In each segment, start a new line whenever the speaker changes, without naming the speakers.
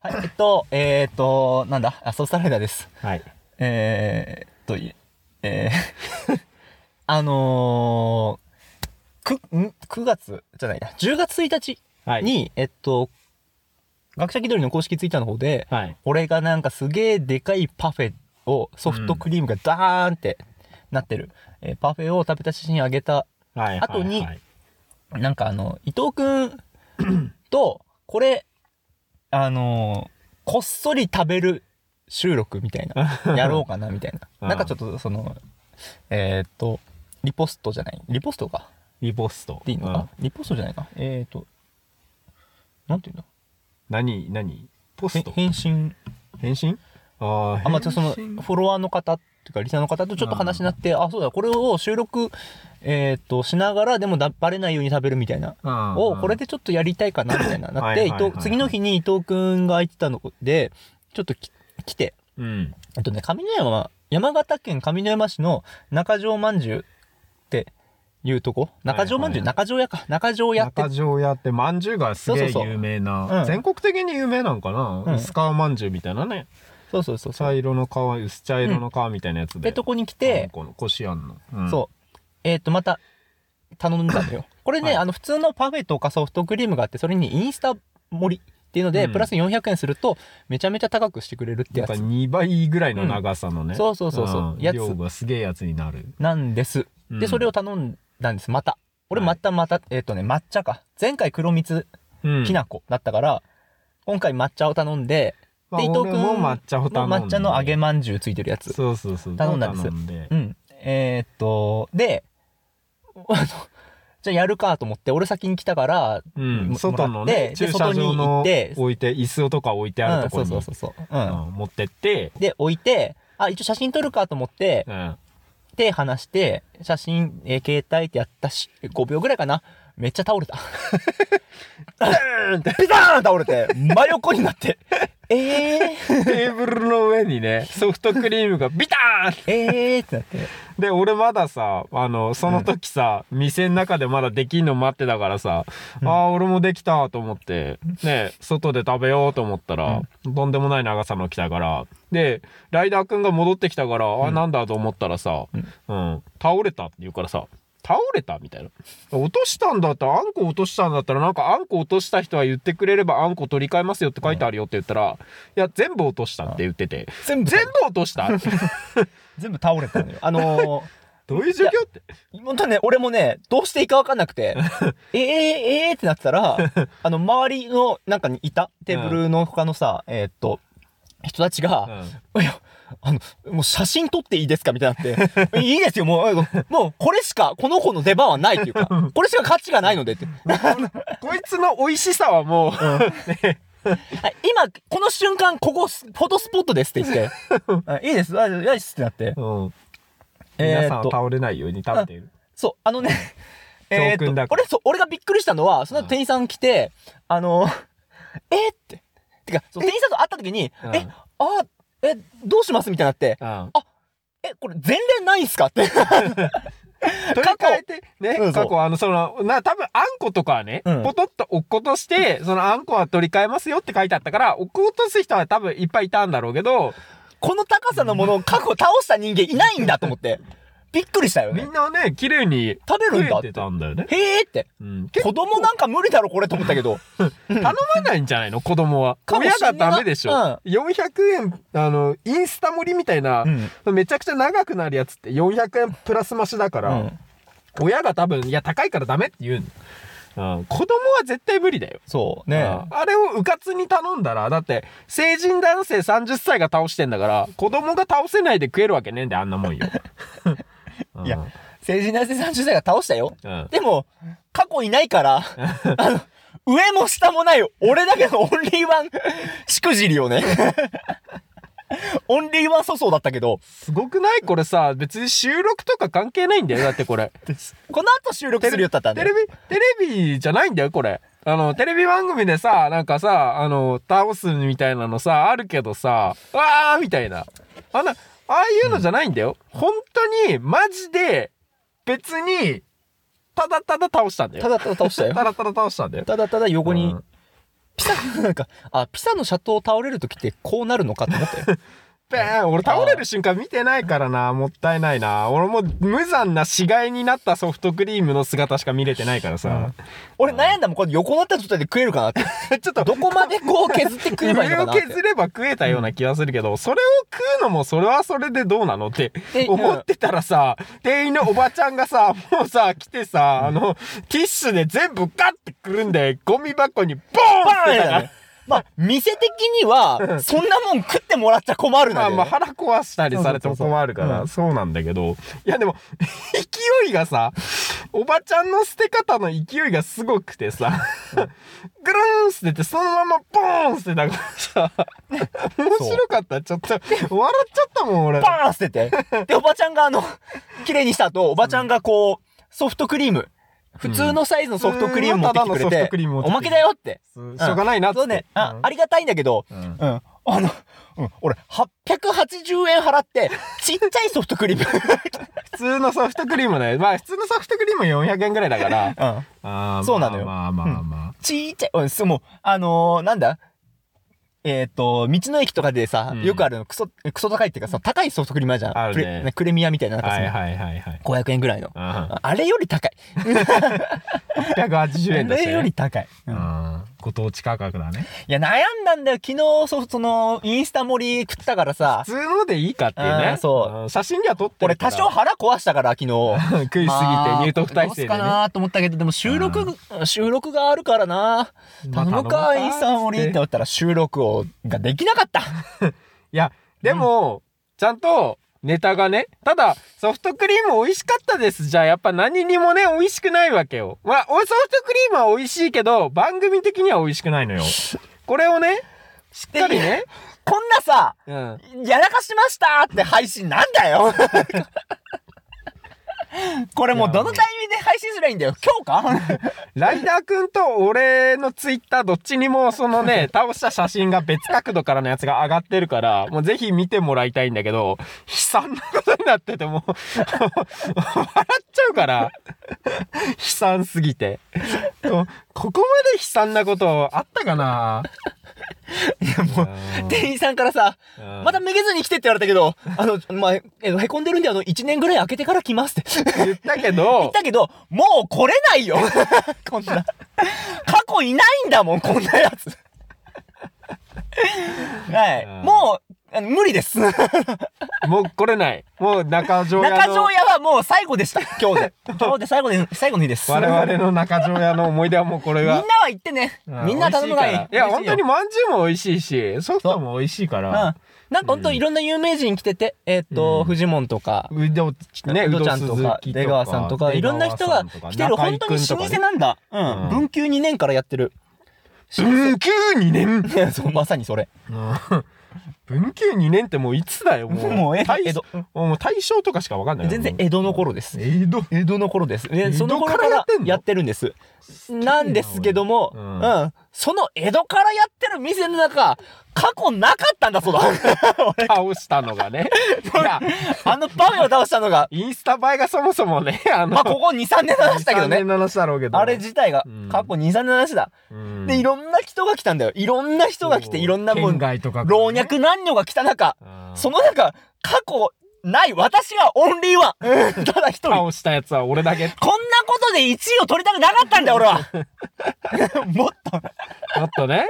はい、えっと、えー、っと、なんだ、あ、ソースライダーです。
はい。
えー、っと、いえー あのー、く、ん ?9 月じゃないな、10月1日
はい。
に、えっと、学者気取りの公式ツイッターの方で、
はい。
俺がなんかすげえでかいパフェをソフトクリームがダーンってなってる、えーパフェを食べた写真あげた
はい。
後に
はい
なんかあの伊藤くん とこれあのーこっそり食べる収録みたい なやろうかなみたいななんかちょっとそのえーっとリポストじゃないリポストか
リポスト。
でいいのかな、リポストじゃないかえーっとなんていうの
何何ポス
へ
ト
返信
返信あ
あまあ、ちょっとその
返信
フォロワーの方っていうかリスナーの方とちょっと話になって、あそうだこれを収録、えーっとしながらでもだバレないように食べるみたいな、
うん
をこれでちょっとやりたいかなみたい なな
は
っ
いは
て
い
伊
はいはい
藤次の日に伊藤君が空いてたのでちょっとき来て
うん。
えっとね上野山は山形県上野山市の中条まんじゅうっていうとこ中条まんじゅう、
はいはい
中条屋か中条屋って
中条屋ってまんじゅうがすげえ
そうそうそう
有名な
うん
全国的に有名なんかな、
うん
薄皮まんじゅうみたいなね
そうそうそうそ
茶
う
色の皮薄茶色の皮みたいなやつで、
でとこに来
うん
て、
このこしあんの、うん
そうえっとまた頼んだの よこれね、
はい
あの普通のパフェとかソフトクリームがあってそれにインスタ盛りっていうので、
うん
プラス400円するとめちゃめちゃ高くしてくれるって
な
や
んか
つ
2倍ぐらいの長さのね、
うんそうそうそうそうんやつ
量がすげえやつになる
なんです。
う
で、
ん
それを頼んだんです、また。俺、
はい
またまた、えっ、とね、抹茶か。前回黒蜜
うん
きな粉だったから、今回抹茶を頼んで、
まあ
で伊藤君
俺も抹茶を頼んで
抹茶の揚げまんじゅうついてるやつ。
そうそうそう
頼んだんです
頼んで
うん。えーっと、で、 あの、じゃあやるかと思って、俺先に来たから、
うん
も
外の
もらっ
ね
て
駐
で
車
外
場
に行
の
って
置いて椅子とか置いてある
うん、
とこ
そ
ろ
う
に、
そうそうそう。うん。
うん持ってって、
で、置いて、あ、一応写真撮るかと思って
う、ん、
で、話して、写真、えー携帯ってやったし、5秒ぐらいかな。めっちゃ倒れた。ピターン倒れて、真横になって。えー、
テーブルの上にねソフトクリームがビターンって
えーってなって。
で俺まださあのその時さ、店の中でまだできんの待ってたからさ、ああ俺もできたと思ってね外で食べようと思ったら、とんでもない長さの来たからでライダーくんが戻ってきたから、あなんだと思ったらさ、うん倒れたって言うからさ倒れたみたいな落としたんだったらあんこ落としたんだったらなんかあんこ落とした人は言ってくれればあんこ取り替えますよって書いてあるよって言ったら、いや全部落としたって言ってて、
全部、
全部落とした
全部倒れたのよ。あの
どういう状況って
ー、本当ね、俺もね、どうしていいかわかんなくて、えー、えー、ってなってたら、あの、周りの、なんかにいた、テーブルの他のさ、えーっと、人たちが、いや、あの、もう写真撮っていいですかみたいになって。 いいですよ、もう、もうこれしか、この子の出番はないっていう か、これしか価値がないのでって。
こいつの美味しさはもう、
はい今、この瞬間、ここ、フォトスポットですって言って。 あいいです、あいいですってなって。
皆さん
えーっ
は
と
倒れないように食べている。
そう、あのね、え
教訓
ーっ
だ
と、俺、そう、俺がびっくりしたのは、その後店員さん来て、あの、 えーって。てか、そう店員さんと会った時に、
うん
え、あ、え、どうしますみたいになって、
うん
え、これ前例ないんすかって。
取り替えてね、
うんそう
過去あのそのな多分あんことかはね、
うん
ポトッと落っこ としてそのあんこは取り替えますよって書いてあったから落っことす人は多分いっぱいいたんだろうけど
この高さのものを過去倒した人間いないんだと思 って、びっくりしたよ
み
ね
ん。なね綺麗に
食べるんだ
食
っ
え
て
て。たんだよね。
へーって。
うん、結構
子供なんか無理だろこれと思ったけど。
頼まないんじゃないの子供は。
かもしん
親
ない
がダメでしょ。
うん
400円、あの、インスタ盛りみたいな、めちゃくちゃ長くなるやつって400円プラス増しだから、
うん
親が多分、いや、高いからダメって言うの。うん、子供は絶対無理だよ。
そうね。
うんあれをうかつに頼んだら、だって、成人男性30歳が倒してんだから、子供が倒せないで食えるわけねえんだよ、あんなもんよ。うん
いや、成人男性30歳が倒したよ。
うん
でも、過去いないから、あの、上も下もない俺だけのオンリーワン しくじりよね。 オンリーワン粗相だったけど、
すごくないこれさ、別に収録とか関係ないんだよ、だってこれ。
この後収録するよったったん
テ
で
レ。ビ、テレビじゃないんだよ、これ。あの、テレビ番組でさ、なんかさ、あの、倒すみたいなのさ、あるけどさ、わーみたいな。あんな、ああいうのじゃないんだよ。本当に、マジで、別に、ただただ倒したんだよ。
ただただ倒したよ。
ただただ倒したんだよ。
ただただ横に
うん
ピサ、 なんか、あ、ピサのシャトー倒れる時ってこうなるのかって思ったよ。
べー俺倒れる瞬間見てないからなもったいないな俺も無残な死骸になったソフトクリームの姿しか見れてないからさ、
俺悩んだもん、これ横になった状態で食えるか なって。
ちょっと
どこまでこう削って食えばいい
上
の
を
かなって
削。れば食えたような気がするけど、それを食うのもそれはそれでどうなのって
え
思ってたらさ、店員のおばちゃんがさ、もうさ、来てさ、あの、ティッシュで全部ガッてくるんで、ゴミ箱にボーンっ
バー
て
ン
た
や
か
ね。まあ、店的には、そんなもん食ってもらっちゃ困る
ま
な
あまあ腹壊したりされても困るか
う
ら、
ん
そうなんだけど、いやでも、 勢いがさ、おばちゃんの捨て方の勢いがすごくてさ、ぐるーん捨てて、そのままボーン捨てたからさ、面白かった。ちょっと、笑っちゃったもん、俺。
バーン捨てて。で、おばちゃんがあの、綺麗にした後、おばちゃんがこう、ソフトクリーム、普通のサイズのソフトクリーム持ってきてくれ
うんただのソフ
て
トクリーム持っ、て
おま
きて
けだよって。
しょうがないなっつって。
そうね。あ
う、ん
ありがたいんだけど、
うん
うん。あの、うん、俺、880円払って、ちっちゃいソフトクリーム。
普通のソフトクリームね。まあ、普通のソフトクリームは400円ぐらいだから。
うん。
あー
そうなのよ
まあまあまあま
ちっちゃい、うん、すもう、あのーなんだえっ、と、道の駅とかでさ、
うん
よくあるの、クソ、クソ高いっていうか、その高いソフトクリームあるじゃん。
あるね
プレクレミアみたいな、なん
あ。
かそ
は
の、
いはいはいはい。
500円ぐらいの。
あ
ああれより高い。
180円だ
あ
し、
れ
ね。
より高い。うん
うんご当地価格だね。
いや、悩んだんだよ。昨日、そ、その、インスタ盛り食ったからさ
普、通のでいいかっていう
あ
ね
ー。そう
うん。写真には撮って
俺
るか
多
ら。
少腹壊したから、昨日。
少食いすぎて入得
まあど
体制で
うすか
ね。
なと思ったけど、でも収録、収録があるからな
まあ
頼む
頼む
か、
か
インスタ盛りって思ったら収録を、ができなかった。
いや、でも、ちゃんと、ネタがね。ただ、ソフトクリーム美味しかったです。じゃあ、やっぱ何にもね、美味しくないわけよ。まあ、おソフトクリームは美味しいけど、番組的には美味しくないのよ。これをね、しっかりね。
こんなさ、
うん。
やらかしましたって配信なんだよ これもうどのタイミングで配信すればいいんだよ今 日か
ライダーくんと俺のツイッターどっちにもその ね、倒した写真が別角度からのやつが上がってるから、もうぜひ見てもらいたいんだけど、悲惨なことになっててもう、笑っちゃうから、悲惨すぎて。とここまで悲惨なことあったかない
やもう店員さんからさ、
うん
まためげずに来てって言われたけど、あの、まあ、えへこんでるんで、あの、1年ぐらい開けてから来 ますって言
言ったけど
っ、たけど、もう来れない よこんな。過去いないんだもん、こんなや つ。はい。
うん
もう、あの無理 です。
もう来れない。もう中条
中
屋
条
の、
屋はもう最後でした。今日 で。今日で最後で、最後の日です。
我々の中条屋の思い出はもうこれ
みんな
が
は。行ってね。
う
みんな頼むがいい。
美味しからいや、本当に
うん。
まんじゅうも美味しいし、ソフトも美味しいか
うん
ら。
なんか本当いろんな有名人来てて、えーっ
う
と、
ん
フジモンとか、
うどね、
ウ
う
ド
ど
ち
ち
ゃ
ゃ
ん
ん
と
と
か
か、、
出川さんとか、いろんな人が来てる、本当に老舗なんだ。うん。
うん
文久2年からやってる。
文久2年
いやそう、まさにそれ。
文久2年ってもういつだよ、も う。
もうえ
大
江戸
もう大正とかしかわかんない。
全然江戸の頃です。
江戸。
江戸の頃です。
江
ね、
戸
その頃か
からや
ら
ってんの
やってるんです。なんですけども、
う
うんん、その江戸からやってる店の中、過去なかったんだそう だ。俺
倒したの がね。いや、
あのバメを倒したの が、
インスタ映えがそもそもね、あの、
まあ、ここ2、3年の話だけどね
3年。の話だろうけど。
あれ自体が
うん
過去2、3年の話だ。
うん、
で、いろんな人が来たんだよ。いろんな人が来て、いろんなも
県
ん、
外とかから
老
ね。
若男女が来た中、
うん
その中、過去ない私がオンリーワン。 うんただ一人。
倒したやつは俺だけ。
こんなことで1位を取りたくなかったんだよ、俺 は。もっと。
もっとね。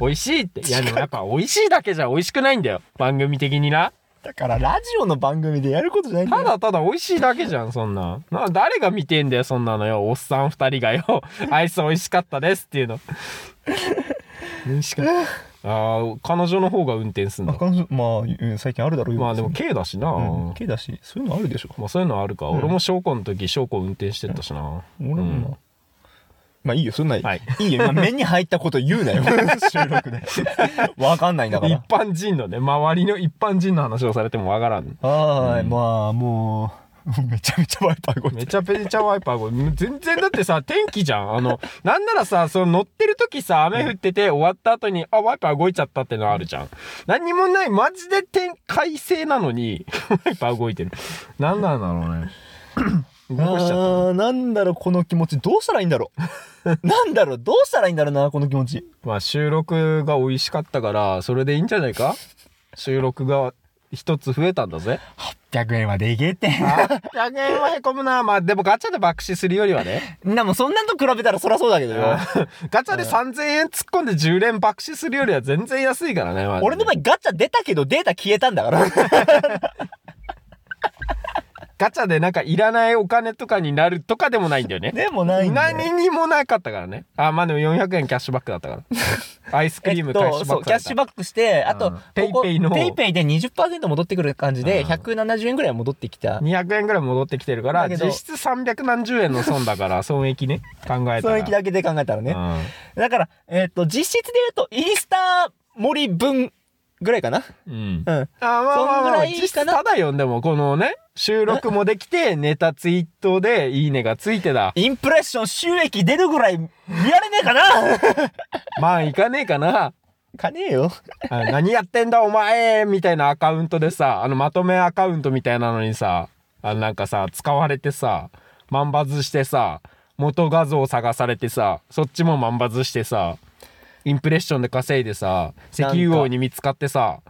美味しいって。いや、でもやっぱ美味しいだけじゃ美味しくないんだよ。番組的にな。
だから、ラジオの番組でやることじゃないんだ
た
よ。
だただ美味しいだけじゃん、そんな。な誰が見てんだよ、そんなのよ。おっさん二人がよ。アイス美味しかったですっていうの。美味しかった。ああ、彼女の方が運転すんだ。
彼女まあ、うん最近あるだろう
まあでも、軽だしな。
うん、K だし、そういうのあるでしょ。
まあそういうのあるか。
ん
俺も小校の時、小校運転してったしな。
俺もな、
うん
まあいいよそんな、
はい
い、いよ今目に入ったこと言うな よ収録でわかんないんだか
一
ら
般人のね、周りの一般人の話をされてもわからん。
はーい、まあもうめちゃめちゃバイバイこい
め
つ
ちゃめちゃワイパーこれ全然だってさ、天気じゃん。あの、なんならさ、その乗ってる時さ、雨降ってて終わった後に、あ、ワイパー動いちゃったってのあるじゃん。何にもない、マジで天、快晴なのに、ワイパー動いてる。なんなんだろうね。動かしちゃった
あーなんだろうこの気持ちどうしたらいいんだろう なんだろうどうしたらいいんだろうなこの気持ち
まあ収録が美味しかったからそれでいいんじゃないか収録が一つ増えたんだ ぜ
100円はでけえ って
100円はへこむなまあでもガチャで爆死するよりはね
なもうそんなんと比べたらそりゃそうだけどよ
ガチャで3000円突っ込んで10連爆死するよりは全然安いからね、まあね
俺の場合ガチャ出たけどデータ消えたんだから
ガチャでなんかいらないお金とかになると かでもないんだよね
でもないんだよ
何にもなかったからねあまあでも400円キャッシュバックだったから アイスクリームキャ
えっ
ッシ
と
ュ
そ
バ
う
ック
キャッシュバックして、あと
うん
ここ
ペイペイの
ペイペイで20%戻ってくる感じで、
うん
170円ぐらい戻ってきた、
200円ぐらい戻ってきてるから
だけど
実質300何十円の損だから損益ね考えた
そ
ら
の域だけで考えたらね、
うん
だから、えっと実質で言うとインスタ森分ぐらいかな
うん。
うん
あまあまあま
そん
あ
ぐらい
実質
かな
ただよでもこのね収録もできてネタツイートでいいねがついて だ
インプレッション収益出るぐらい見られね えかな
まあいかねえかな
かねえよ
あ何やってんだお前みたいなアカウントでさあのまとめアカウントみたいなのにさあのなんかさ使われてさ万バズしてさ元画像探されてさそっちも万バズしてさインプレッションで稼いでさ石油王に見つかってさ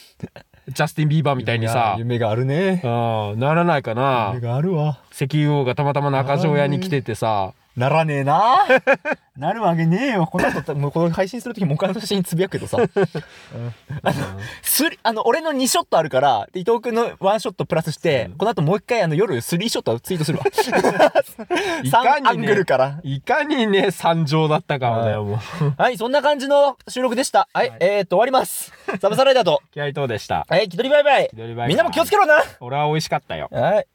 ジャスティン・ビーバーみたいにさ
夢があるね
うんならないかな
夢があるわ
石油王がたまたま中条屋に来ててさ
ならねえな なるわけねえよこの後もうこの配信する時もう一回の写真つぶやくけど さスリあの俺の2ショットあるから伊藤君の1ショットプラスしてこの後もう一回あの夜3ショットツイートす るわ
いかに
3
ね
アングルから
いかにね惨状だったかだよもう
はいそんな感じの収録でしたはい、えー、っと終わりますサブサライダーと
気合いとうでした
はい気取りバイバイ
気取りバイバイ
みんなも気をつけろな
俺は美味しかったよ
はい